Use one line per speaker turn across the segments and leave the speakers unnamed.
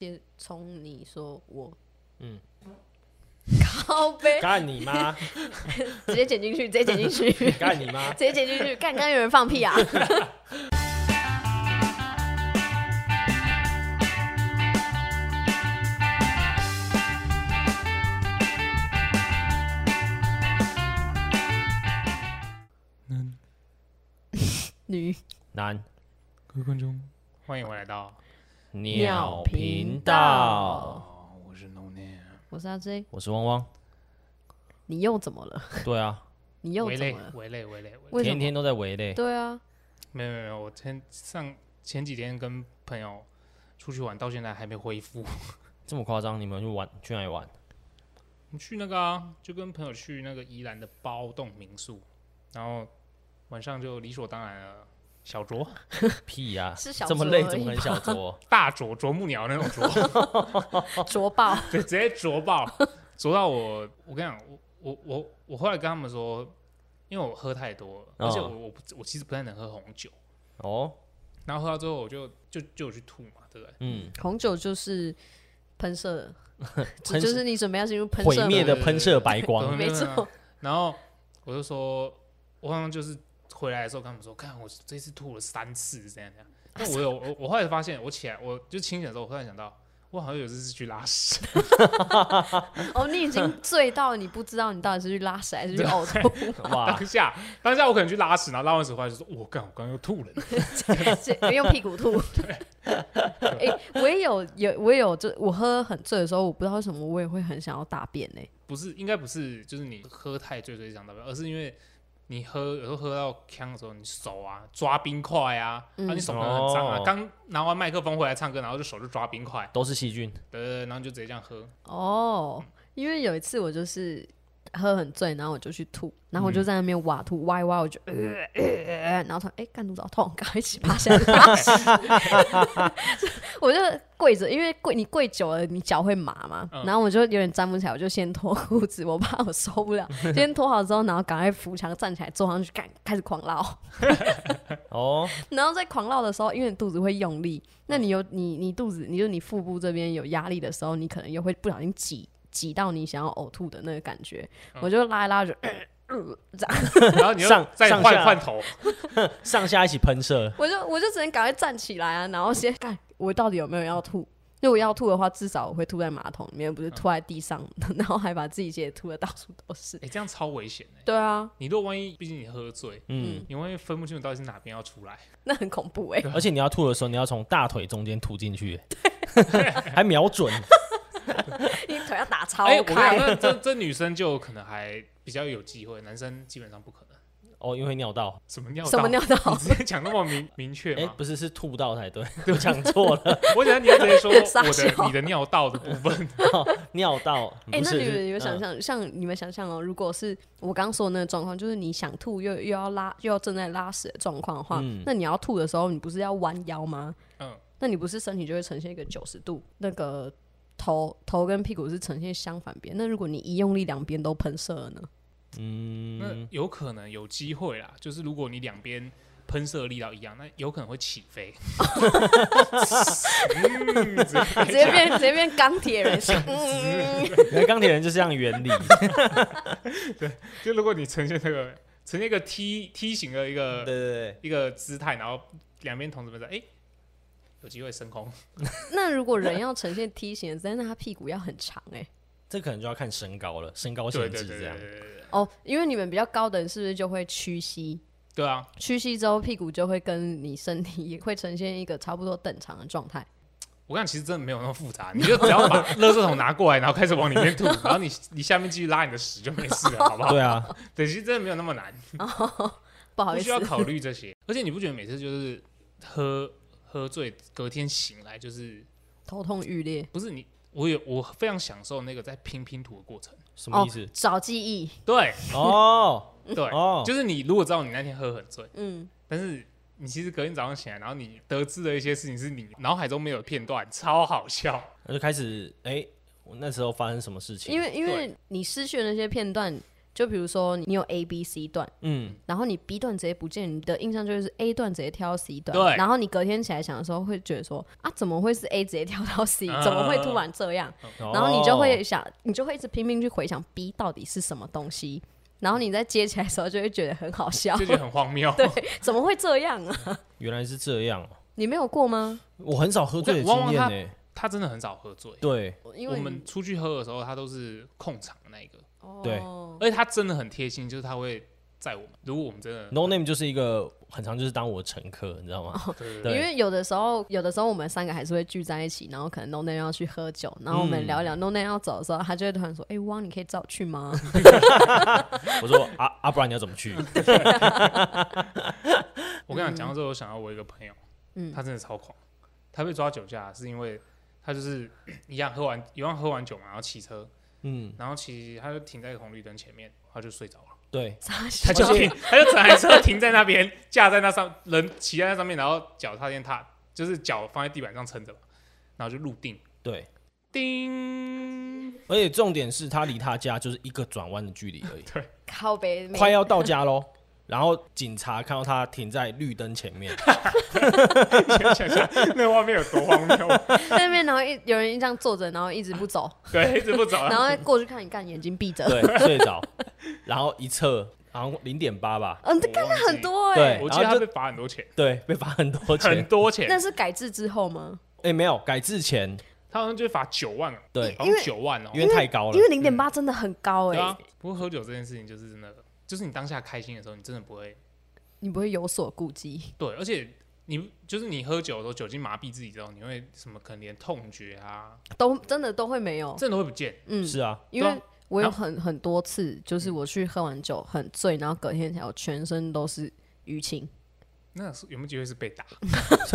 接冲你说我，
嗯，
靠 背，
干你妈！
直接剪进去，直接剪进去，直
干你妈！
接剪进去，干，刚刚有人放屁 啊！
嗯，
女
男
各位观众，
欢迎回来到
鸟频
频
道
道，
哦，我是 No Name，
我是阿 J，
我是汪汪。
你又怎么了？
对啊，
你又
围
怎
累
么了？
围累围累围累。
为什
天
么？
天都在围累。
对啊，
没有没有没有，我前上前几天跟朋友出去玩，到现在还没恢复。 我
这么夸张？你们去玩去哪里玩？
们去那个啊，就跟朋友去那个宜兰的包栋民宿，然后晚上就理所当然了，小 酌
屁呀、
是小
这么
酌
累
而
怎么
已
很小酌？
大酌啄木鸟那种啄，
哦
卓爆，
对，直接 啄爆，啄到我。我跟你讲，我我我我后来跟他们说，因为我喝太多了，而且
哦
我我不我其实不太能喝红酒，
哦，
然后喝到最后我就就就有去吐嘛，对不对？
嗯，
红酒就是喷射 的，就
喷
就是你准备要进入喷
毁
射
灭
门
的啊喷射白光。
对
没错，
然后我就说，我好像就是回来的时候跟他们说，看我这次吐了三次，怎样怎样。但我有我我后来发现，我起来我就清醒的时候，我突然想到，我好像有一次是去拉屎，
哦，你已经醉到你不知道你到底是去拉屎还是 去呕吐，
哇
当，下当下我可能去拉屎，然后拉完屎回来就说，我干，我刚刚又吐了。
是用屁股吐。 哎、我也有有我也有，就我喝很醉的时候，我不知道为什么我也会很想要大便呢、
不是，应该不是，就是你喝太醉所以想大便，而是因为你喝有时候喝到呛的时候，你手啊抓冰块啊，
嗯
啊你手可能很脏啊
哦，
刚、拿完麦克风回来唱歌，然后就手就抓冰块，
都是细菌。
对对对，然后就直接这样喝，
哦，因为有一次我就是喝很醉，然后我就去吐，然后我就在那边挖吐，挖一挖，我就呃呃呃，然后他哎干肚子好痛，赶快一起爬起来拉屎。 我就跪着，因为跪你跪久了，你脚会麻嘛，
嗯
然后我就有点站不起来，我就先脱裤子，我怕我受不了。先脱好之后，然后赶快扶墙站起来，坐上去，干开始狂绕。
哦，
然后在狂绕的时候，因为你肚子会用力，
嗯
那你有你你肚子，你就你腹部这边有压力的时候，你可能又会不小心挤挤到你想要呕吐的那个感觉。
嗯
我就拉一拉就，呃
然后你又
上
再
上下
换换头，
上下一起喷射。
我就我就只能赶快站起来啊，然后先看我到底有没有要吐。如果要吐的话，至少我会吐在马桶里面，不是吐在地上， 然后还把自己也吐的到处都是
哎、。这样超危险哎、
对啊，
你如果万一，毕竟你喝醉，
嗯，
你万一分不清楚到底是哪边要出来，
那很恐怖哎、
而且你要吐的时候，你要从大腿中间吐进 去，还瞄准。
你腿要打超
哎、我跟你
开。
讲那这这女生就可能还比较有机会，男生基本上不可能。
哦，因为尿道。
什么尿道？
什么尿道？
你直接讲那么明明确
哎、
吗？
不是，是吐到才对， 我讲错了，
我想你要直接说
傻
我
笑
的你的尿道的部分，
尿道。
哎、
不
那
是
你
是
们你们想
嗯
象，像你们想象哦，如果是我刚刚说的那个状况，就是你想吐又又要拉又要正在拉屎的状况的话，
嗯
那你要吐的时候，你不是要弯腰吗？
嗯，
那你不是身体就会呈现一个九十度，那个头头跟屁股是呈现相反边。那如果你一用力，两边都喷射了呢？
嗯
那，有可能有机会啦。就是如果你两边喷射力道一样，那有可能会起 飞。嗯，直接
直接变直接变钢铁人，嗯
那钢铁人就是这样原 理。
就如果你呈现那个呈现一个梯梯形的
对
一个
对对，
一个姿态，然后两边同时喷射，哎、有机会升空。
那如果人要呈现梯形的姿势，但是他屁股要很长哎、
这可能就要看身高了，身高
对
限
对
制
对
这
对
样。
对对对，
哦，因为你们比较高的人是不是就会屈膝？
对啊，
屈膝之后，屁股就会跟你身体也会呈现一个差不多等长的状态。
我看其实真的没有那么复杂，你就只要把垃圾桶拿过来，然后开始往里面吐，然后你你下面继续拉你的屎就没事了，好不好？
对啊，
对，其实真的没有那么难，
不好
不
意
需
思
要，考虑这些。而且你不觉得每次就是喝喝醉，隔天醒来就是
头痛欲裂。
不是你？我有我非常享受那个在拼拼图的过程。
什么意思？
哦找记忆，
对
哦
对，
哦，
就是你如果知道你那天喝很醉，
嗯，
但是你其实隔天早上起来，然后你得知的一些事情是你脑海中没有的片段，超 好笑。
那就开始哎，我那时候发生什么事情？
因为因为你失去的那些片段，就比如说你有 A、B、C 段，
嗯，
然后你 B 段直接不见，你的印象就是 A 段直接跳到 C 段，
对
然后你隔天起来想的时候会觉得说啊，怎么会是 A 直接跳到 C？、
嗯
怎么会突然这样？
啊
嗯然后你就
哦
哦
会想，你就会一直拼命去回想 B 到底是什么东西，然后你再接起来的时候就会觉得很好笑
就，觉得很荒谬。
对，怎么会这样啊？
哦原来是这样哦，
你没有过吗？
我很少喝醉的经
我跟
验
汪
呢。
他真的很少喝醉，
对，
因
我
为
们出去喝的时候，他都是控场的那一个，
对
哦
而且他真的很贴心，就是他会载我们。如果我们真的，
No Name 就是一个很常就是当我的乘客，你知道吗？
对对
哦因
对
对
为有的时候，有的时候我们三个还是会聚在一起，然后可能 No Name 要去喝酒，然后我们聊一聊
嗯
No Name 要走的时候，他就会突然说：“哎、汪，你可以载我去吗
我说啊啊，不然你要怎么去？
我跟你讲，讲到这，我想到我一个朋友，
嗯
他真的超狂，他被抓酒驾是因为他就是一样喝完一样喝完酒嘛，然后骑车，
嗯，
然后骑他就停在红绿灯前面，他就睡着了，
对？”
傻
他
笑
就
而且
停，他就整台车停在那边， 架在那上，人骑在那上面，然后脚踏垫踏，就是脚放在地板上撑着嘛，然后就入定，
对，
叮，
而且重点是他离他家就是一个转弯的距离而已，
靠北，没
快要到家喽。 然后警察看到他停在绿灯前 面，
想想象那个画面有多荒谬，啊
在那边，然后一有人这样 坐着，然后一直不走，
对，一直不走
然
啊，
后过去看你干，眼睛闭着，
对，睡着，然后一测，好像零点八吧，
嗯，这
我
干了
忘记
很多哎、
对
我记得
然后
他
就
被罚很多钱，
对，被罚很多
很
钱。
多钱，
那是改制之后吗？
哎，没有改制前，
他好像就罚九万啊，
对，
好像九万哦、
因为太高了
因，为零点八真的很高哎、
对啊，不过喝酒这件事情就是真的，就是你当下开心的时候，你真的不会
你不会有所顾忌，
对，而且你就是你喝酒的时候，酒精麻痹自己之后，你会什么可能连痛觉啊，
都真的都会没
哦
有，
真的会不见。
嗯，
是啊，嗯
因
对啊
为我有很很多次，就是我去喝完酒很醉，然后隔天起来我全身都是淤青，
那是有没有机会是被 打？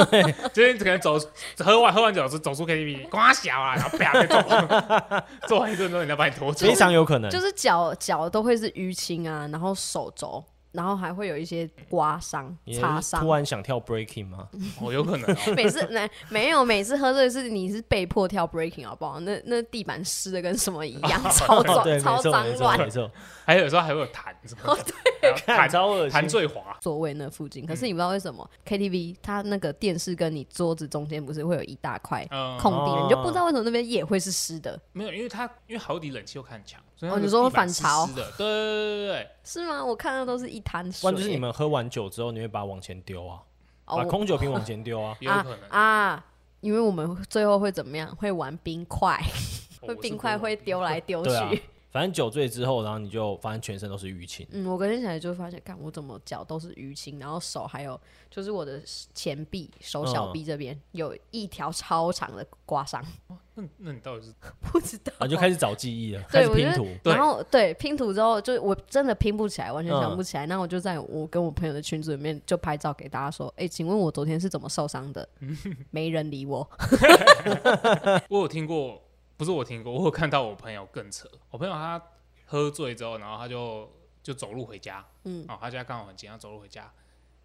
对，就是可能走喝完喝完酒之后走出 KTV，瓜小啊，然后啪被揍， 揍完一顿之后，人家把你拖走
非。常有可能
就。是脚脚都会是淤青啊，然后手肘，然后还会有一些刮伤、
你
擦
是
伤
突。然想跳 breaking 吗？
哦，有可能、哦。
每次没没有每次喝醉是你是被迫跳 breaking 好不好？那那地板湿的跟什么一 样， 超
哦，
脏
对，没
超
错，
脏
没错，
乱。
没 错，
还有时候还会有痰什么
哦
的，
看
痰
超恶
痰
心。
醉滑，
座位那附近，可是你不知道为什
嗯
么、KTV 它那个电视跟你桌子中间不是会有一大块
嗯，
空地的，
哦
你就不知道为什么那边也会是湿的，
没有，因为他因为好底冷气又看很强，所以
哦
它
你
的
说
地板
反
是
潮
湿的，对对对对对，。
是吗？我看到都是一滩
不
水。
然就是你们喝完酒之后，你会把它往前丢啊，
哦
把
我
空酒瓶往前丢啊
也有可能。哦
啊，因为我们最后会怎么样？会玩冰块，
哦
会冰块会丢来丢
对啊
去。，
反正酒醉之后，然后你就发现全身都是淤青。
嗯，我隔天起来就发现，看我怎么脚都是淤青，然后手还有就是我的前臂、手小臂这边、有一条超长的刮伤，
那那你到底是
不知道。
啊，就开始找记忆了，开
对
始
我觉
拼
得
图。
对
然后对拼图之后，就我真的拼不起来，完全想
嗯
不起来。那我就在我跟我朋友的群组里面就拍照给大家说：“哎、请问我昨天是怎么受伤 的？”没人理我。
我有听过，不是我听过，我有看到我朋友更扯。我朋友他喝醉之后，然后他就就走路回家，嗯，哦，他家刚好很近，他走路回家，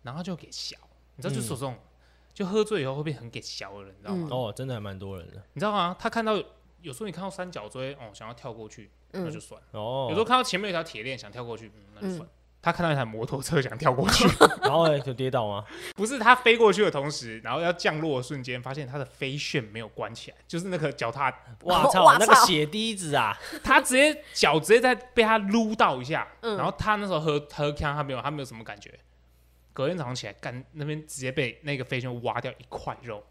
然后他就给小，你知道，就是这种、就喝醉以后会变很给小的人，你知道吗？
哦，真的还蛮多人的。
你知道吗？他看到有时候你看到三角锥，哦，想要跳过去，那就算了；有时候
哦，
看到前面有条铁链想跳过去，嗯，那就算了。他看到一台摩托车想跳过去，
然后呢就跌 倒吗？
不是他飞过去的同时，然后要降落的瞬间，发现他的飞旋没有关起来，就是那个脚踏
哇操
哇，
那个
操
血滴子啊！
他直接脚直接在被他撸到一下，
嗯
然后他那时候喝喝康，他没有他没有什么感觉。隔天早上起来，干那边直接被那个飞圈挖掉一块肉，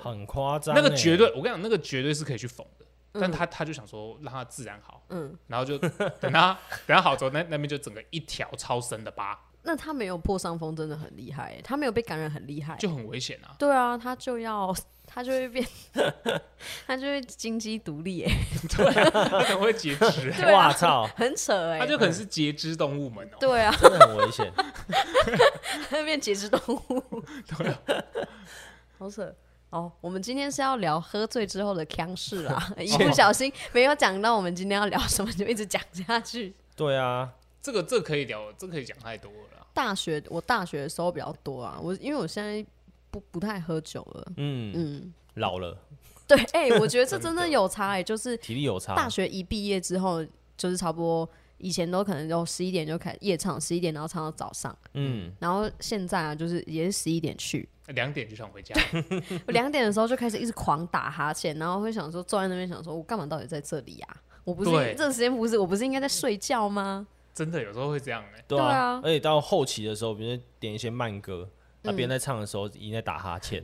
很夸张欸，
那个绝对，我跟你讲，那个绝对是可以去缝的。
嗯
但他他就想说让他自然好，
嗯，
然后就 等他等他好之后，那那边就整个一条超深的疤，
那他没有破伤风真的很厉害、他没有被感染很厉害、
就很危险 啊。
对啊，他就要 他就会变，他就会经济独立耶，
对啊，他可能会截肢，
对啊
哇操，
很扯哎，
他就可能是截肢动物门哦。
对啊，
真的很危险。
他就变节肢动物，
对啊，
好扯。哦，我们今天是要聊喝醉之后的腔事 啦， 一不小心没有讲到我们今天要聊什么，就一直讲下去。
对啊，
这个这个可以聊，这个可以讲太多了啊。
大学我大学的时候比较多啊，我因为我现在不不太喝酒了，
嗯，
嗯，
老了，
对，哎、我觉得这真
真的
的有差哎、就是
体力有差。
大学一毕业之后，就是差不多以前都可能就十一点就开始夜唱，十一点然后唱到早上，
嗯，
然后现在啊就是也是十一点去，
两点就想 回家，
我两点的时候就开始一直狂打哈欠，然后会想说坐在那边想说，我干嘛到底在这里呀、我不是
对
这个时间不是我不是应该在睡觉 吗？
真的有时候会这样哎、
对
对
啊
啊，
而且到后期的时候，比如说点一些慢歌，那
嗯
别人在唱的时候已经在打哈欠，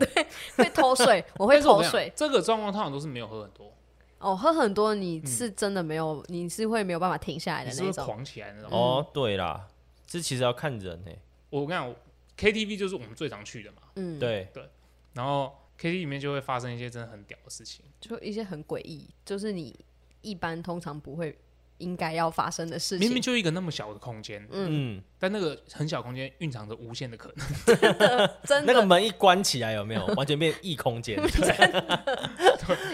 会偷睡， 我会
但是我
偷
跟你讲
睡。
这个状况通常都是没有喝很多，
哦，喝很多你是真的没有，你是会没有办法停下来
嗯你
的
是
那
不是
种。
狂起来那种？
哦，对啦，这其实要看人欸诶、
我跟你讲我，KTV 就是我们最常去的嘛，
嗯，，
对，
然后 KTV 里面就会发生一些真的很屌的事情。
就一些很诡异，就是你一般通常不会应该要发生的事情。
明明就一个那么小的空间，
嗯，
但那个很小空间蕴藏着无限的可能。
真
那
的
个门一关起来有没有，完全变异 空间？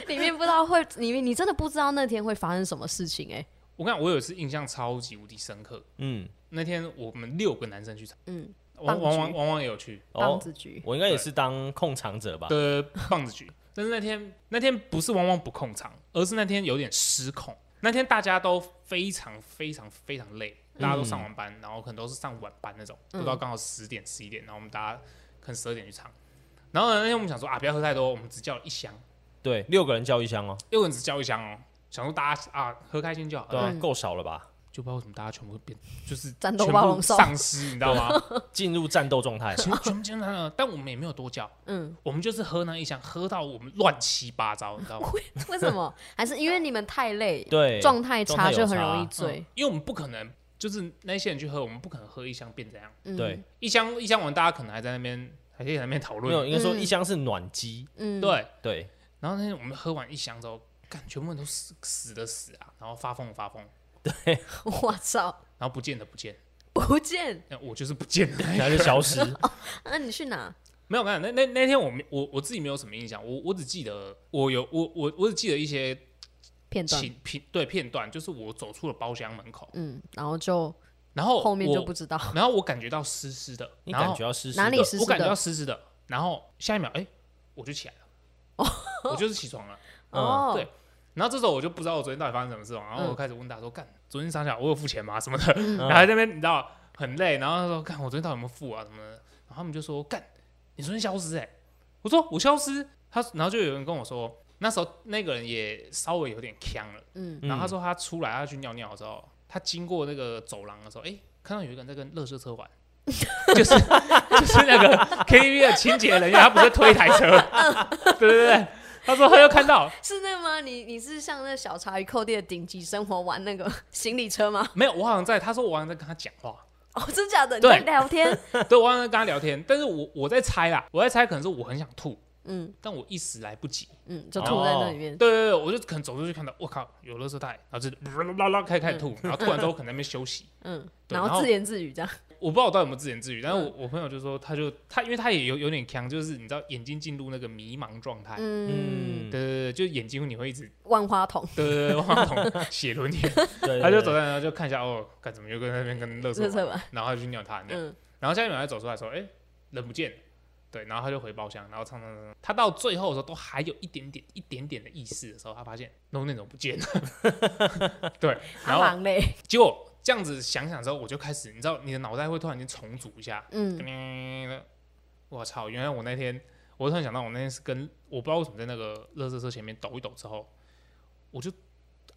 里面不知道会，里面你真的不知道那天会发生什么事情哎、
我跟你讲，我有一次印象超级无敌深刻，
嗯，
那天我们六个男生去唱，
嗯，
王
棒
王
局
王王王也有去，
棒
哦，
子局，
我应该也是当控场者吧？
的棒 子局，但是那天那天不是汪汪不控场，而是那天有点失控。那天大家都非常非常非常累，大家都
嗯
上完班，然后可能都是上晚班那种，不到刚好十点十一点，然后我们大家可能十二点去唱。然后呢，那天我们想说啊，不要喝太多，我们只叫一箱，
对，六个人叫一箱哦，
六个人只叫一箱哦，想说大家啊喝开心就好
对
了，
嗯
啊，够少了吧？
就不知道为什么大家全部变就是
战斗
全
暴
部
龙兽啊
丧失，你知道吗？
进入战斗状态 了，
全全部进来了，啊但我们也没有多叫，
嗯，
我们就是喝那一箱，喝到我们乱七八糟，你知道吗？
为什么？还是因为你们太累，
对，
状态
状
差
态有
就很容
差
易醉
嗯。因为我们不可能就是那些人去喝，我们不可能喝一箱变怎样，
嗯，
对，
一箱一箱完，大家可能还在那边还可以在那边讨
没有，
论，
应该说
嗯
一箱是暖机，
嗯，
对。
对，
然后那天我们喝完一箱之后，干全部人都死死的死啊，然后发疯的发疯，
我操，
然后不见的不见，
不见！
那我就是不见的。
然后 就消失。
哦那、你去哪？
没有，我跟你讲，那那那天我没我我自己没有什么印象，我我只记得我有我我我只记得一些
片段，
情片对片段，就是我走出了包厢门口，
嗯，然后就
然后
后面
我
就不知道。
然后我感觉到湿湿的，
你
然后
感觉要湿湿
哪里
的，
湿
我
湿
感觉到
的？
湿湿的，然后下一秒，哎、我就 起来了，我就是起床了。
嗯
哦，
对然后这时候我就不知道我昨天到底发生什么事了，然后我开始问大家说：“干，昨天啥小我有付钱吗？什么的？” 然后还在那边你知道很累，然后他说：“干，我昨天到底有没有付啊？什么的？”然后他们就说：“干，你昨天消失哎、我说：“我消失。”他然后就有人跟我说，那时候那个人也稍微有点呛了，
嗯
然后他说他出来他去尿尿的时候，他经过那个走廊的时候，哎、看到有一个人在跟垃圾车玩，就是就是那个 KTV 的清洁人员，他不是推一台车， 对对对，他说他又看到
是那吗？你你是像那小茶鱼寇弟的顶级生活玩那个 行李车吗？
没有，我好像在，他说我好像在跟他讲话，
哦，真假的？你
对
在聊天？
对我好像在跟他聊天，但是我我在猜啦，我在猜可能是我很想吐，
嗯
但我一时来不及，
嗯，就吐在那里面。
对对对，我就可能走出去看到，我靠，有垃圾袋，然后就 啦啦啦开始开始吐，然后吐完之后可能在那边休息。
嗯，
对
然
然
后
后
自言自语这样。
我不知道我到底有没有自言自语，但是我、我朋友就说，他就他，因为他也有有点呛，就是你知道眼睛进入那个迷茫状态，
嗯，
对对对，就眼睛你会一直
万花筒，
对对对往桶血轮眼，
对，
他就
对
走在那就看一下哦，干怎么又跟那边跟乐色
这，什么？
然后他就去尿他的尿，
嗯，
然后下一秒他走出来说，哎、人不见了，对，然后他就回包厢，然后唱唱唱唱，他到最后的时候都还有一点点一点点的意识的时候，他发现 no 那种不见了， 对，
阿
然后
郎嘞，
结果这样子想想之后，我就开始你知道你的脑袋会突然间重组一下，
嗯，
我操！原来我那天，我突然想到，我那天是跟我不知道为什么在那个垃圾车前面抖一抖之后，我就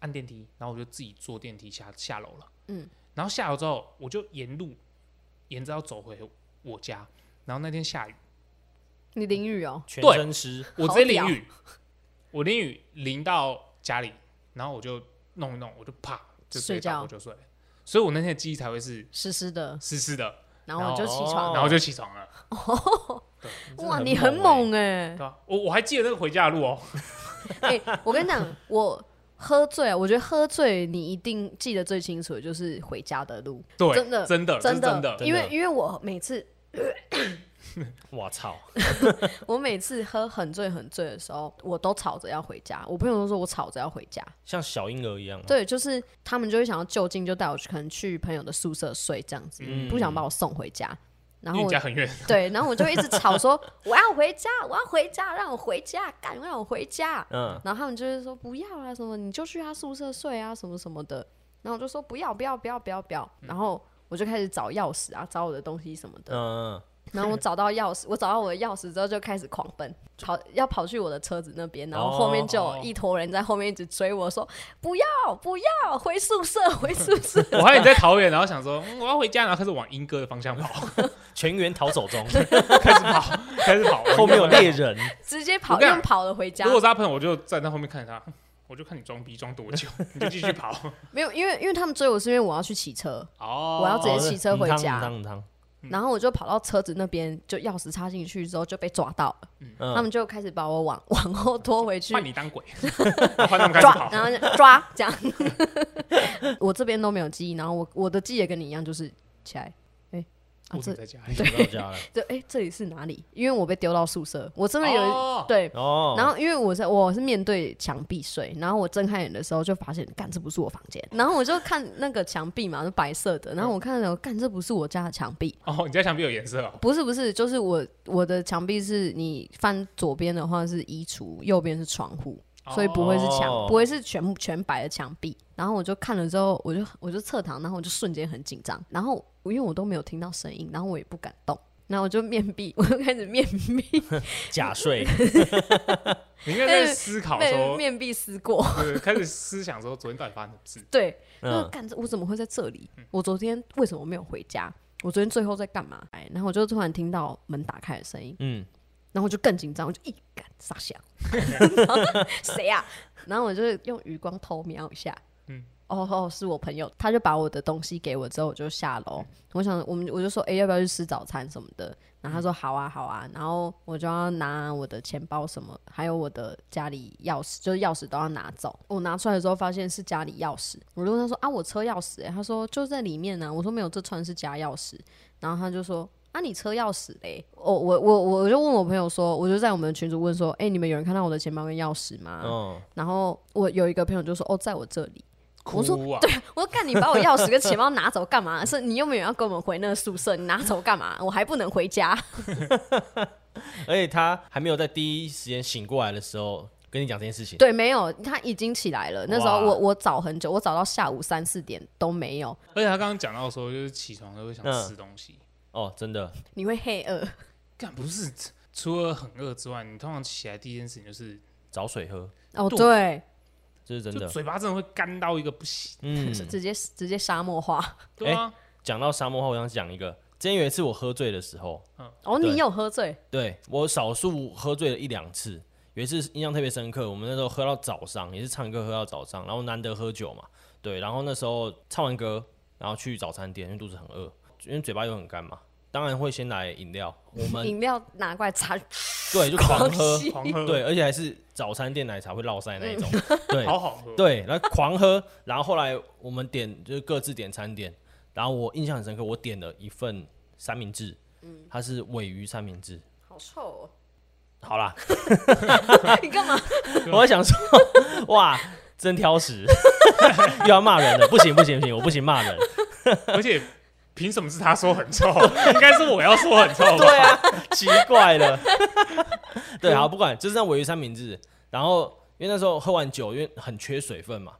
按电梯，然后我就自己坐电梯下下楼了。
嗯，
然后下楼之后，我就沿路沿着要走回我家。然后那天下雨，
你淋雨哦，
全
对
身湿，
我直接淋雨，我淋雨淋到家里，然后我就弄一弄，我就啪就直接
睡觉
倒头就睡了。所以我那天的记忆才会是
湿湿的，
湿湿的，
然后我就起床。
哦
然后就起床了，
哇，
真的
你很
猛
猛哎
对！吧、我我还记得那个回家的路哦，
哎、我跟你讲，我喝醉啊，我觉得喝醉你一定记得最清楚的就是回家的路，
对，
真的
真的，这是
真
真
的，
的，
因为
真的
因为我每次
我操，
我每次喝很醉很醉的时候，我都吵着要回家，我朋友都说我吵着要回家，
像小婴儿一样。啊
对，就是他们就会想要就近就带我去，可能去朋友的宿舍睡这样子，
嗯
不想把我送回家。然后
因为
我
你家很远，
对，然后我就一直吵说我要回家，我要回家，让我回家，赶快让我回家。
嗯，
啊然后他们就是说不要啦，什么你就去他宿舍睡啊，什么什么的。然后我就说不要不要不要不要不要，然后我就开始找钥匙啊，找我的东西什么的。
嗯，
然后我找到钥匙，我找到我的钥匙之后就开始狂奔，跑要跑去我的车子那边，然后后面就有一坨人在后面一直追我说：“不要不要，回宿舍回宿舍。
我还以为你在桃园，然后想说、嗯我要回家，然后开始往莺歌的方向跑，
全员逃走中，
开始跑，开始跑，
后面有猎
人。
人，”
直接
我
跑，
跟你
用跑了回家
如。果是他朋友，我就站在后面看着他，我就看你装逼装多久， 你就继续跑。
没有，因为因为他们追我是因为我要去骑车，
哦
我要直接骑车回
嗯
家，
汤嗯汤
嗯
然后我就跑到车子那边，就钥匙插进去之后就被抓到了，
嗯
他们就开始把我往 往后拖回去
换你当鬼，换他们开始
抓，
跑。哦
然后就抓这样。 我这边都没有记忆，然后我我的记忆也跟你一样，就是起来，哎、啊
我
这
怎么在家里？哦
回到家了，
对，哎、这里是哪里？因为我被丢到宿舍，我真的有、
哦
对。
哦，
然后，因为我是我是面对墙壁睡，然后我睁开眼的时候就发现，干这不是我房间。然后我就看那个墙壁嘛，是白色的。然后我看到，干这不是我家的墙壁，
哦，你家墙壁有颜色哦。
不是不是，就是我我的墙壁是你翻左边的话是衣橱，右边是窗户，所以不会是墙，
哦
不会是全全白的墙壁。然后我就看了之后，我就我就侧躺，然后我就瞬间很紧张，然后因为我都没有听到声音，然后我也不敢动，然后我就面壁， 我就开始面壁，
假睡，
你应该在思考
面
说，
面壁思过。
对开始思想说昨天到底发生什么事。
对，那
嗯
干这我怎么会在这里？我昨天为什么没有回家？我昨天最后在干嘛？哎，然后我就突然听到门打开的声音，
嗯，
然后我就更紧张，我就一敢傻笑， 谁啊呀、然后我就用余光偷瞄一下，嗯
嗯，
哦哦，是我朋友，他就把我的东西给我之后，我就下楼，我想我们我就说，哎、要不要去吃早餐什么的？然后他说好啊好啊，然后我就要拿我的钱包什么，还有我的家里钥匙，就是钥匙都要拿走。我拿出来的时候发现是家里钥匙，我就问他说啊，我车钥匙、欸，他说就在里面呢、啊我说没有，这串是家钥匙。然后他就说啊，你车钥匙嘞？我我我我就问我朋友说，我就在我们群组问说，哎、你们有人看到我的钱包跟钥匙吗？
哦，
然后我有一个朋友就说，哦，在我这里。我说
哭啊！
我说干，你把我钥匙跟钱包拿走干嘛？ 是你又没有要跟我们回那个宿舍，你拿走干嘛？我还不能回 家。
而且他还没有在第一时间醒过来的时候跟你讲这件事情，
对，没有，他已经起来了。那时候
哇
我我找很久，我找到下午三四点都没有。
而且他刚刚讲到说，就是起床都会想
嗯
吃东西。
哦，真的，
你会黑 饿，
干不是，除了很饿之外，你通常起来第一件事情就是，
找水喝，
哦，
对
对，
这是真
就
的，
嘴巴真的会干到一个不行。
嗯，
是直接直接沙漠化。
哎
对啊，
讲到沙漠话，我想讲一个，之前有一次我喝醉的时候，
哦，
对
你有喝醉？
对我少数喝醉了一两次，有一次印象特别深刻。我们那时候喝到早上，也是唱歌喝到早上，然后难得喝酒嘛，对。然后那时候唱完歌，然后去早餐店，因为肚子很饿，因为嘴巴又很干嘛，当然会先来饮料。我们
饮料拿过来擦，
对就狂喝，
吸
狂喝，
对，，而且还是早餐店奶茶会落塞那一种，对
好好喝。
对，然后狂喝。然后后来我们点就是各自点餐点，然后我印象很深刻，我点了一份三明治，它是尾鱼三明治。
好臭
好啦，
哦！ 你干嘛？
我在想说，哇，真挑食， 又要骂人了，不行不行不行，我不行骂人。
而且凭什么是他说很臭？ 应该是我要说很臭吧？
对啊，奇怪了。 对，好，不管，就是那尾鱼三明治。然后因为那时候喝完酒，因为很缺水分嘛，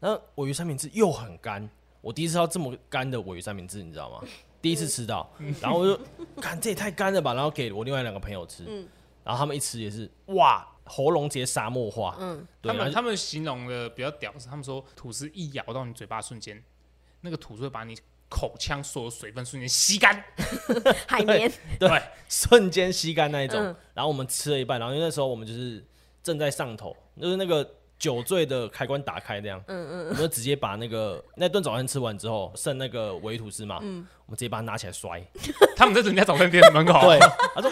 那尾鱼三明治又很干。我第一次吃到这么干的尾鱼三明治，你知道吗？第一次吃到，然后我就，看这也太干了吧！然后给我另外两个朋友吃，
嗯
然后他们一吃也是，哇，喉咙直接沙漠化。嗯，对，然
他
后
们
就
他们形容的比较屌是，他们说吐司一咬到你嘴巴瞬间，那个吐司会把你口腔所有水分瞬间吸干。
海绵
对，瞬间吸干那一种。
嗯
然后我们吃了一半，然后因为那时候我们就是正在上头，就是那个酒醉的开关打开那样，嗯嗯，我们就直接把那个那顿早餐吃完之后，剩那个维吐司嘛，我们直接把它拿起来摔，
他们在人家早餐店门口，啊
对，他说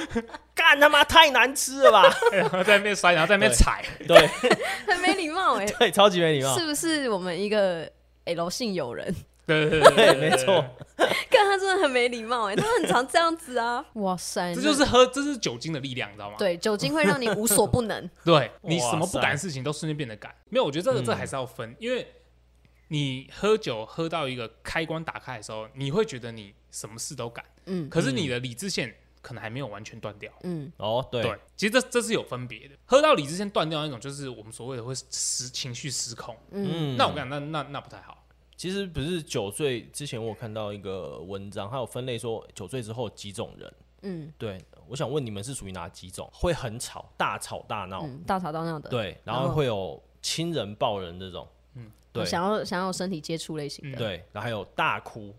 干他妈太难吃了 吧，
然后 在那边摔，然后在那边
对
踩，
对
很没礼貌哎，
对，超级 没礼貌，
是不是我们一个 L 姓友人？
对对对
对，
对，
没错，
看他真的很没礼貌哎，他很常这样子啊！ 哇塞，
这就是喝，这是酒精的力量，你知道吗？
对酒精会让你无所不 能。
对，你什
哇
么不
塞
敢的事情都瞬间变得敢。没有，我觉得这个这
嗯
还是要分，因为你喝酒喝到一个开关打开的时候，你会觉得你什么事都敢，
嗯
可是你的理智线可能还没有完全断掉。
嗯，
哦对，
对，其实这这是有分别的。喝到理智线断掉那种，就是我们所谓的会失情绪失控。
嗯
那我跟你讲，那那那不太好。
其实不是酒醉之前，我有看到一个文章，它有分类说酒醉之后几种人。
嗯
对，我想问你们是属于哪几种？会很吵，大吵大闹，
嗯，大吵大闹的，，
对，然
然
后
后
会有亲人抱人这种，嗯，对嗯
想要想要有身体接触类型的，
对，然后还有大哭，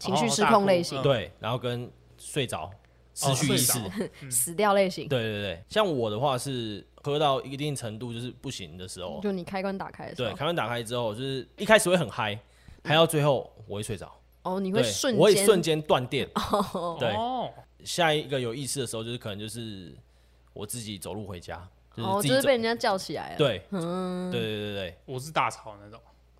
情绪失控类型
嗯，哦
对，然后跟睡着、失去意识，
睡着
死掉类型，
嗯对对对。像我的话是喝到一定程度就是不行的时候，
就你开关打开的时
对，
候，
开关打开之后，就是一开始会很嗨，嗨到最后我会睡着，
哦，你
你
会瞬
我会
间
瞬间断电。对
哦，
下一个有意识的时候，就是可能就是我自己走路回家，就是
哦，
自
就
己
是
走，
被嗯人家叫起来了。，
对，对对对对，
我是大吵那种，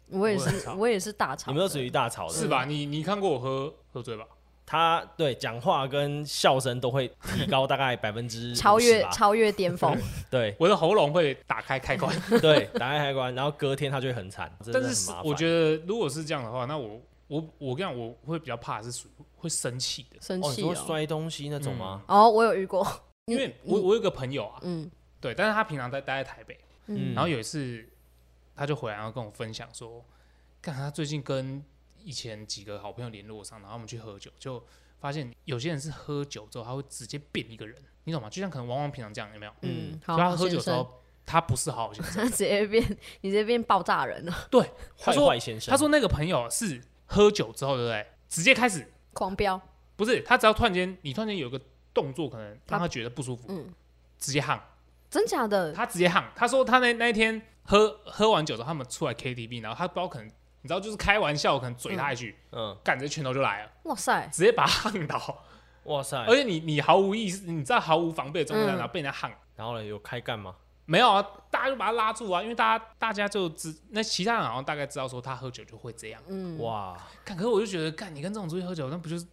我也
我很
是，
吵
我也是大吵
你
的。
们都属于大哦吵的，
是吧？你你看过我喝喝醉吧？
他对讲话跟笑声都会提高大概百分 之
超越
吧，
超越巅 峰？
对
我的喉咙会打开开关，
对，打开开关，然后隔天他就会很惨，真的
但
很
是
麻烦
我觉得如果是这样的话，那我我我跟你讲，我会比较怕是属于会生气的，
生
哦，你
气
说
哦。
摔东西那种吗？
哦，我有遇过，
因为我我有个朋友啊，
嗯
对，但是他平常在待在台北，
嗯
嗯，
然后有一次，他就回来然后跟我分享说，看他最近跟以前几个好朋友联络上，然后我们去喝酒，就发现有些人是喝酒之后他会直接变一个人，你懂吗？就像可能汪汪平常这样，有没有？
嗯，
就
好，
他
好
喝
先
酒的时
生，
候，他不是好好 先生。
他 直接变，你直接变爆炸人了，
对，嗯他
坏
说
坏先生，
他说那个朋友是喝酒之后，对不对？直接开始
狂飙。
不是他只要突然间你突然间有一个动作，可能让他觉得不舒服，
嗯
直接喊。
真假的？
他直接喊，他说他那那一天喝喝完酒之后，他们出来 KTV，然后他不知道可能你知道就是开玩笑，可能嘴他一句，
嗯，
干、这拳头就来了，
哇塞！
直接把他按倒，
哇塞，
而且你你毫无意识，你在毫无防备的状态下，
嗯
然后被人家喊。
然后呢有开干吗？
没有啊，大家就把他拉住啊，因为大家大家就知那其他人好像大概知道说他喝酒就会这样。
嗯，
哇，
干，可是我就觉得，干你跟这种出去喝酒，那不就是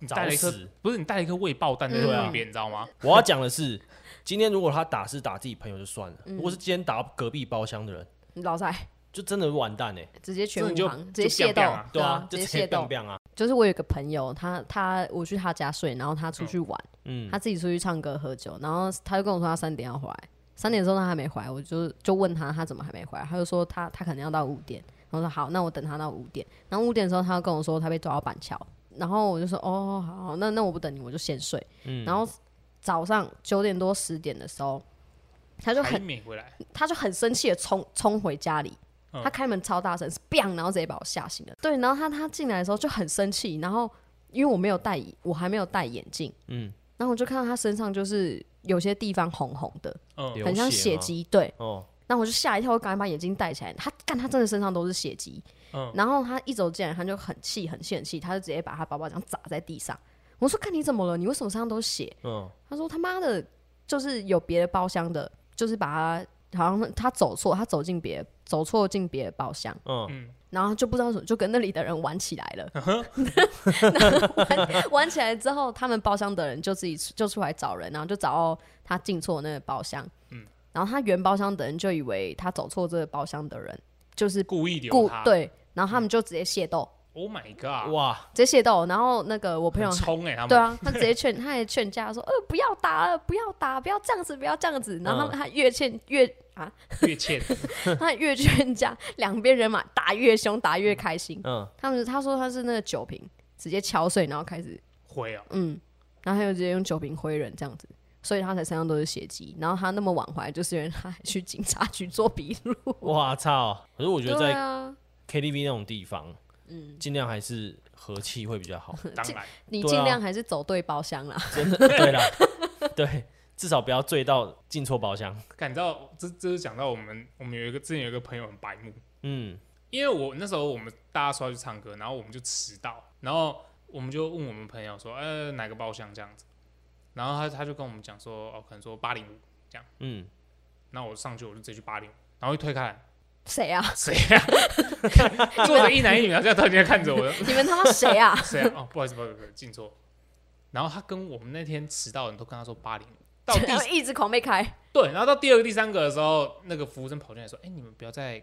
你带
找
了一颗
死！
不是你带了一颗未爆弹在
嗯
旁边，你知道吗？
我要讲的是，今天如果他打是打自己朋友就算了，
嗯
如果是今天打到隔壁包厢的人，
老塞，
就真的完蛋哎，
直接全
这你就
无行，直接
就
械
biang biang 啊
斗，
对
啊
啊，，
直
就
接
直
械
接
斗
变。变啊，
就是我有一个朋友，他他我去他家睡，然后他出去玩，
嗯
他，自己出去唱歌喝酒，然后他就跟我说他三点要回来，三点的时候他还没回来，我就就问他他怎么还没回来，他就说他他可能要到五点，然后说好，那我等他到五点，然后五点的时候他就跟我说他被抓到板桥，然后我就说哦好好，那那我不等你，我就先睡，
嗯
然后早上九点多十点的时候，他就
还
很
没回来，
他就很生气的冲冲回家里，
嗯
他开门超大声，是 bang，然后直接把我吓醒了。对，然后他他进来的时候就很生气，然后因为我没有戴，我还没有戴眼镜，
嗯，
然后我就看到他身上就是有些地方红红的，
嗯，
流
很像
血
血
吗
迹，对。
哦，
然后我就吓一跳，我赶紧把眼镜戴起来。他干，他真的身上都是血迹。
嗯
然后他一走进来，他就很气，很气，很气，他就直接把他包包这样砸在地上。我说：“看你怎么了？你为什么身上都是血？”
嗯，
他说他妈的，就是有别的包厢的，就是把他好像他走错，他走进别走错进别的包厢，
嗯
嗯，然后就不知道怎么就跟那里的人玩起来了，
嗯
玩 玩起来之后，他们包厢的人就自己就出来找人，然后就找到他进错那个包厢，嗯，然后他原包厢的人就以为他走错这个包厢的人就是
故意留
故
他。
对，然后他们就直接械斗，
，Oh my god，
哇，
直接械斗，然后那个我朋友
很冲哎、他们
对啊，他直接劝，他也劝架说，呃，不要打了，不要打，不要这样子，不要这样子。然后他们他越劝 越啊，
越欠，
他越劝架，两边人嘛打越凶，打越开心。
嗯，
他们他说他是那个酒瓶直接敲碎，然后开始
会啊，
嗯，然后他就直接用酒瓶挥人这样子，所以他才身上都是血迹。然后他那么晚回来，就是因为他还去警察局做笔录。
哇操！可是我觉得
对
在
啊，
KTV 那种地方，嗯，尽量还是和气会比 较好。
当然。
你
对啊
尽量还是走对包厢啦。
真的，对啦，对，至少不要醉到进错包厢。
感你知道，这这是讲到我们，我们有一个之前有一个朋友很白目，
嗯，
因为我那时候我们大家说要去唱歌，然后我们就迟到，然后我们就问我们朋友说，呃，哪个包厢这样子，然后他他就跟我们讲说，哦，可能说八零五，
嗯，
那我上去我就直接去八零五，然后一推开来，
谁啊？
谁呀、啊？ 坐着一男一女，然后这样突然间看着我，
你们他妈谁 啊？
谁啊？哦，不好意思，不好意思不好意思，进错。然后他跟我们那天迟到的人都跟他说八零五，到 第
然后一直狂被开，
对，然后到第二个、第三个的时候，那个服务生跑进来说，哎，你们不要再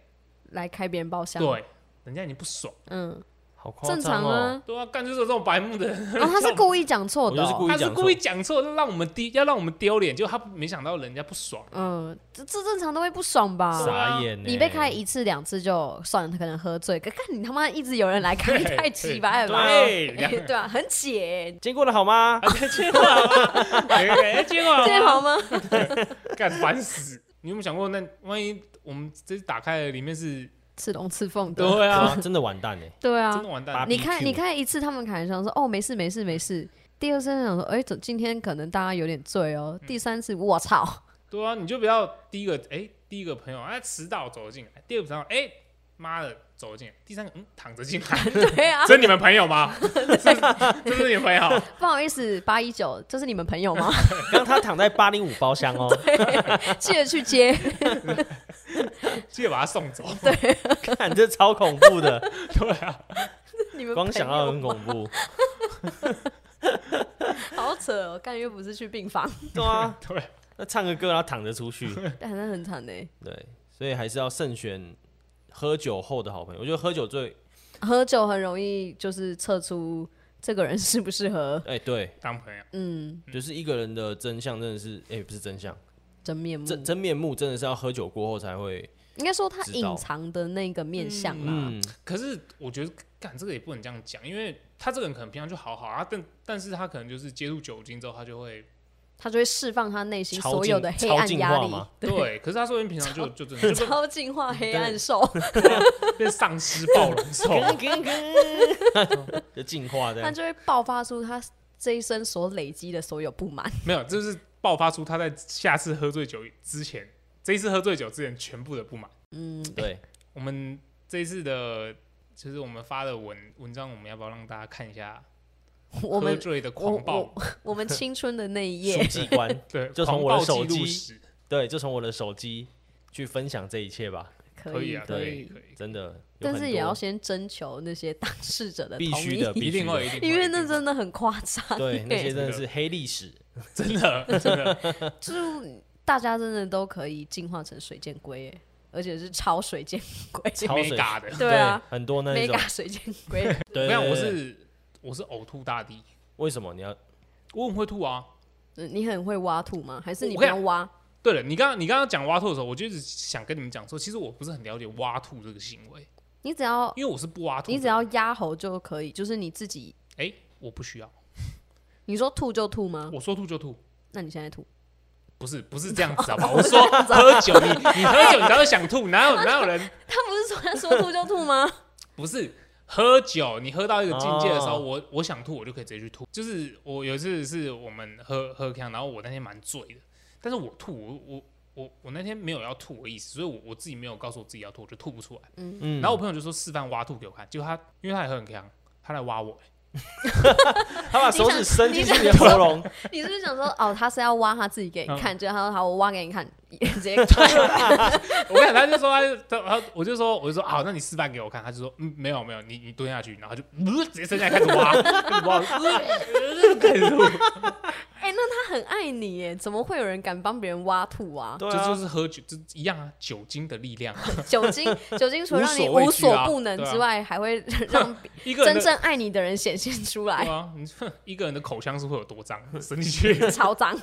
来开别人包厢。
对，人家已经不爽。
嗯，
好夸
正
张
常
哦！
啊。
对啊，干就是有这种白目的人，
啊， 他是故意讲错的
我就是
哦、
故意
他是
讲错
故意讲错，让我们丢，要让我们丢脸，就他没想到人家不爽。
嗯，这这正常都会不爽吧？
傻眼欸呢，
你被开一次两次就算了，可能喝醉，可看你他妈一直有人来开，
对
太奇葩了吧？
对
哎
两个
对啊，很 解，
今天过得好吗？
结果啊，哎结果啊，
这好吗？
干烦死！你有没有想过，那万一我们这次打开了，里面是
刺龙刺凤的，
对啊，
哇真的完蛋呢。欸
对 啊
真的，完蛋，
你
BBQ
看你看一次他们可能想说哦没事没事没事，第二次想说哎怎今天可能大家有点醉
嗯
哦，第三次我 操，
对啊，你就不要第一个哎、第一个朋友哎迟到走进来，第二个朋友哎妈的走进来，第三个嗯躺着进 来，
对啊，
这是你们朋友吗？ 这是这是你们朋友？
不好意思八一九，这是你们朋友 吗？
刚刚他躺在八零五包 厢哦，
啊记得去接，
记得把他送走。
看这超恐 怖的，
对啊，
你们
光想
朋友
到很恐怖。
好扯哦，干又不是去病房，
对啊，
对，
那唱个歌然后躺着出去，
但那很惨欸呢。
对，所以还是要慎选喝酒后的好朋友。我觉得喝酒最，
喝酒很容易就是测出这个人适不适合，
哎，对，
当朋友
嗯，
就是一个人的真相真的是，哎，不是真相，
真面目。
真真面目真的是要喝酒过后才会，
应该说他
知道
隐藏的那个面相啦。
嗯，
可是我觉得干这个也不能这样讲，因为他这个人可能平常就好好啊，但但是他可能就是接触酒精之后，他就会
他就会释放他内心
超
所
进
有的黑
超
暗
进
压
化
力，
嘛，
对。可是他说不定平常就就真的就
超进化黑暗兽。 嗯
变变丧尸暴龙兽，
就进化这
他
样。
就会爆发出他这一生所累积的所有不满。
没有，就是爆发出他在下次喝醉酒之前，这一次喝醉酒之前全部的不满。
嗯，
对，
我们这一次的，就是我们发的文文章，我们要不要让大家看一下
我
喝
们
醉的
我
狂暴
我？我们青春的那一
书
页，
记官，
对，
就从
狂
我的
暴
手
记
机
录史
对，就从我的手机去分享这一切吧，
可以
以
啊，
对
可以可以，
真的。有
但
很
是也要
多
先征求那些当事者的
必
同
须
意
的，必
一
须
定会，
的。
一定会，
因为
一
那
定会
真的很夸张。
对，那些真的
真
是黑 历史。
真的真的，
就大家真的都可以进化成水箭龟耶，而且是超水箭龟，
超水
没嘎 的。
对啊，
很多那一种
mega。水箭龟。
我
对，
跟你讲，
对对
我是我是呕吐大帝，
为什么你要？
我很会吐啊。
嗯你很会挖土吗？还是你
我
不
跟你
要挖？
对了，你刚刚你刚刚讲挖吐的时候，我就是想跟你们讲说，其实我不是很了解挖吐这个行为，
你只要
因为我是不挖吐的。
你只要压喉就可以，就是你自己。
哎，我不需要，
你说吐就吐吗？
我说吐 就吐。
那你现在吐？
不是不是这样 子好吧？我说 喝酒，你你喝酒你才会想吐，哪有哪有人
他不是说他说吐就吐吗？
不是喝酒？你喝到一个境界的时候，
哦
我我想吐，我就可以直接去吐。就是我有一次是我们喝喝康，然后我那天蛮醉的，但是我吐，我我我我那天没有要吐的意思，所以我我自己没有告诉我自己要吐，我就吐不出来。
嗯，
然后我朋友就说示范挖吐给我看，结果他因为他也喝很康，他来挖我、
他把手指伸进去你
你
的
想
喉咙，
你是不是想说哦，他是要挖他自己
嗯
给你看？就他说好，我挖给你看， 直 接
我跟你讲，他就说他就他他，我就说我就说好，那你示范给我看。他就说嗯，没有没有，你你蹲下去，然后就、呃、直接伸下来开始挖，开始挖，呃开始吐，
哎、那他很爱你耶，怎么会有人敢帮别人挖土啊？
对
这就
啊，
是喝酒，这一样啊，酒精的力量啊。
酒 精，酒精除了让你
无所畏惧啊
无所不能
对啊
之外，还会让
一 个人
真
的
正爱你的人显现出
对
来，
啊，你哼一个人的口腔是会有多脏， 伸 进去直
超 脏。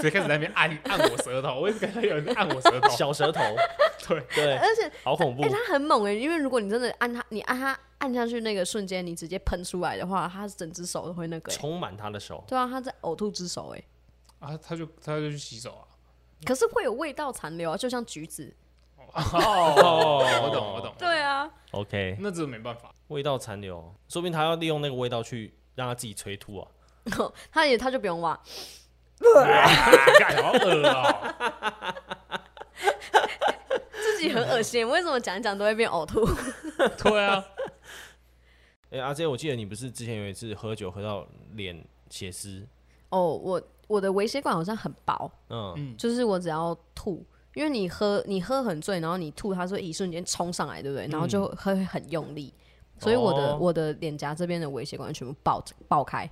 接开始在那边按按我舌头，我一直感觉有人在按我舌头，
小舌头，
对，
对，
而且，
好恐怖
哎、。他很猛哎，因为如果你真的按他，你按他按下去那个瞬间，你直接喷出来的话，他整只手都会那个耶。欸
充满他的手，
对啊，他在呕吐之手哎，
啊，他就他就去洗手啊。
可是会有味道残留啊，就像橘子。
哦，我懂我懂，
对啊，
OK，
那这没办法，
味道残留，说不定他要利用那个味道去让他自己催吐啊。
他也他就不用挖，
啊 干好恶哦，
自己很恶心。为什么讲一讲都会变呕吐？
对啊，
哎，阿 J，我记得你不是之前有一次喝酒喝到脸血丝，
哦，我我的微血管好像很薄，
嗯，
就是我只要吐，因为你喝你喝很醉，然后你吐，它是会一瞬间冲上来，对不对？然后就会很用力，所以我的、
哦
我的脸颊这边的微血管全部爆爆开，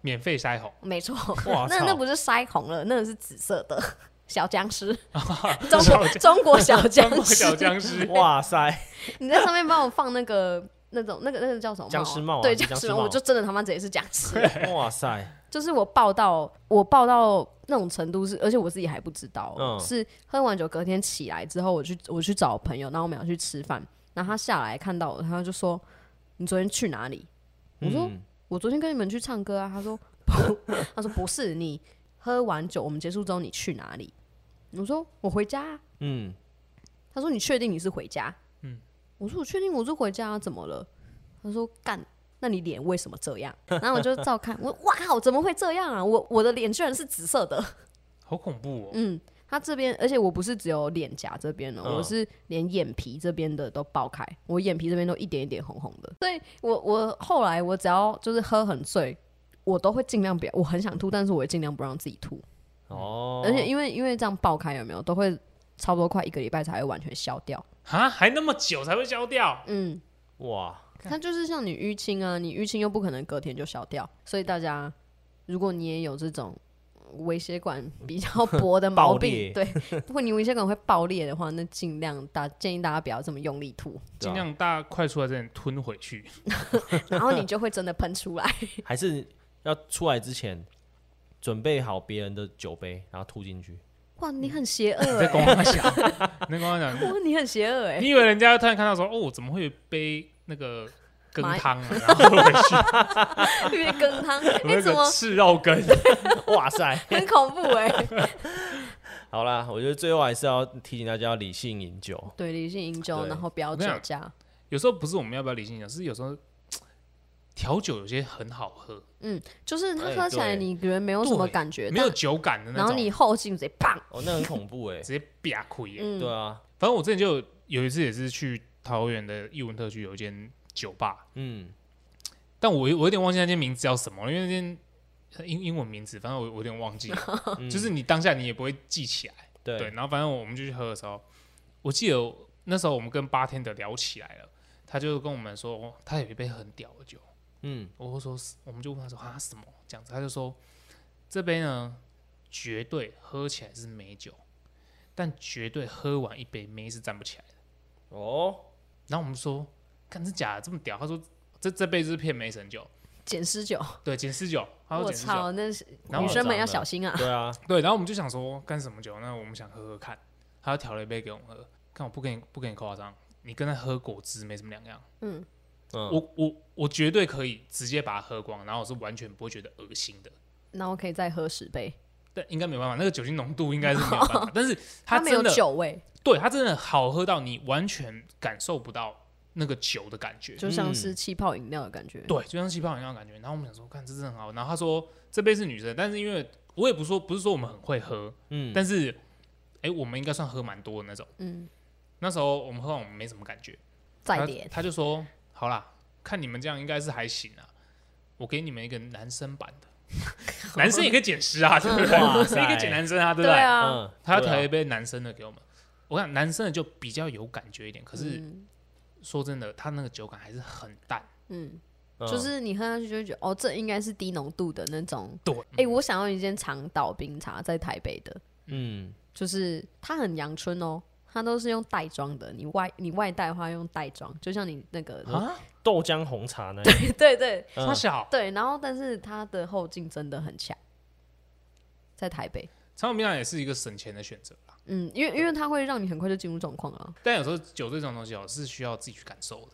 免费腮红，
没错，
哇
那
操
那不是腮红了，那个是紫色的 小僵尸，中
小
国中国小
中国
僵尸，
小僵尸，
哇塞，
你在上面帮我放那个。那种那个那个叫什么帽啊
僵尸帽啊
对
你
僵
僵尸
尸帽，
帽
我就真的他妈直接是僵尸，
哇塞，
就是我报到我报到那种程度是，而且我自己还不知道哦，
嗯
是喝完酒隔天起来之后，我去我去找朋友，然后我们要去吃饭，然后他下来看到我，他就说：“你昨天去哪里？”我说
嗯
我昨天跟你们去唱歌啊。他说 不，他说不是，你喝完酒我们结束之后你去哪里？我说我回家、啊。
嗯，
他说你确定你是回家？
嗯
我说我确定我是回家、啊，怎么了？他说干，那你脸为什么这样？然后我就照看，我哇靠，怎么会这样啊？我我的脸居然是紫色的。
好恐怖哦！
嗯，他这边，而且我不是只有脸颊这边哦，
嗯
我是连眼皮这边的都爆开，我眼皮这边都一点一点红红的。所以我我后来我只要就是喝很醉，我都会尽量不要，我很想吐，但是我会尽量不让自己吐。
哦，
而且因为因为这样爆开有没有，都会差不多快一个礼拜才会完全消掉。
啊，还那么久才会消掉，
嗯，
哇，
它就是像你淤青啊，你淤青又不可能隔天就消掉，所以大家如果你也有这种。微血管比较薄的毛
爆
病，
裂
对，如果你微血管会爆裂的话，那尽量大建议大家不要这么用力 吐，
对啊
尽量大家快出来之前吞回去。
然后你就会真的喷出 来。
还是要出来之前准备好别人的酒杯，然后吐进去。
哇，你很邪恶、
你在
欸！
跟 我讲，你在跟我讲，
哇，你很邪恶哎、
你以为人家突然看到说，哦，怎么会有杯那个羹
麻
汤啊？然后回去
因为羹汤，
有
哎、
那
怎
个
么
赤肉羹，
哇塞，
很恐怖哎、
好啦，我觉得最后还是要提醒大家要理性饮酒。
对，理性饮酒，
对
然后不要
我
酒
跟你讲
驾。
有时候不是我们要不要理性讲，是有时候调酒有些很好喝，
就是它
哎
喝起来
对
你觉得没有什么
对
感觉，
没有
但
酒感的那
然
种，
后你后劲直接砰，
哦，那很恐怖哎、
直接啪亏耶。
嗯，
对啊，
反正我之前就有有一次也是去桃园的艺文特区有一间酒吧，
嗯，
但我有我有点忘记那间名字叫什么了，因为那间呃英英文名字，反正我我有点忘记了，
嗯
就是你当下你也不会记起来。
对，
对，然后反正我们就去喝的时候，我记得我那时候我们跟八天的聊起来了，他就跟我们说、哦他有一杯很屌的酒，
嗯，
我会说是，我们就问他说啊什么这样子，他就说这杯呢绝对喝起来是美酒，但绝对喝完一杯妹是站不起来的。
哦，
然后我们说，看这假的这么屌，他说这这杯就是骗梅神酒，
减湿酒，
对，减四酒，他说
我
减四酒，
操，那是
然后
女
我
生们
长
要
了
小心啊！
对啊，
对，然后我们就想说干什么酒？那我们想喝喝看，他就调了一杯给我们喝，看我不跟你不跟你夸张，你跟他喝果汁没什么两样，
嗯，
嗯，
我我我绝对可以直接把它喝光，然后我是完全不会觉得恶心的。
然后可以再喝十杯，
但应该没办法，那个酒精浓度应该是没有 办法。但是它
它没有
真的，
酒味，
对它真的好喝到你完全感受不到那个酒的感觉。
就像是气泡饮料的感觉。
嗯对，就像气泡一样的感觉。然后我们想说，看这真的很好。然后他说这杯是女生，但是因为我也不说不是说我们很会喝，
嗯，
但是哎、诶我们应该算喝蛮多的那种。
嗯，
那时候我们喝完我们没什么感觉，
再
他
点，
他就说好啦，看你们这样应该是还行啊，我给你们一个男生版 的，男生也可以减十啊，对不
哇
对？
塞
谁可以减男生啊，对不对？
啊，
嗯，
他要
对啊
调一杯男生的给我们。我想男生的就比较有感觉一点，可是
嗯
说真的，他那个酒感还是很淡。
嗯，
嗯
就是你喝下去就会觉得，哦，这应该是低浓度的那种。
对，
哎，我想要一间长岛冰茶，在台北的，
嗯，
就是它很阳春哦。它都是用袋装的，你外你外带的话用袋装，就像你那个，
啊，
豆浆红茶呢，
对对
嗯
他小
对，然后但是它的后劲真的很强，在台北，
长岛冰茶也是一个省钱的选择啦，
嗯，因为因为它会让你很快就进入状况啊，
但有时候酒这种东西哦是需要自己去感受的。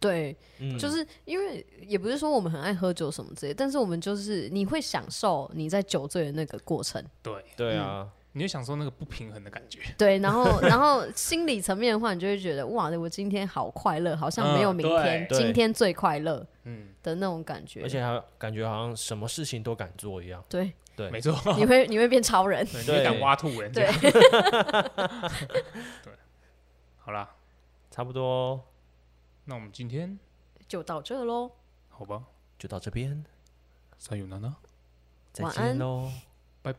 对，
嗯
就是因为也不是说我们很爱喝酒什么之类，但是我们就是你会享受你在酒醉的那个过程，
对，
对啊，
你就享受那个不平衡的感觉。
对，然后然 后心理层面的话，你就会觉得哇，我今天好快乐，好像没有
嗯
明天，
对
今天最快乐
嗯，
的那种感觉，
而且还感觉好像什么事情都敢做一样。
对，
对
没错，
你会你会变超人，
对你
对
也敢挖吐欸人家。
对，
好啦，
差不多
那我们今天
就到这喽，
好吧，
就到这边，
再有呢呢，
再
晚安
见喽。
拜拜。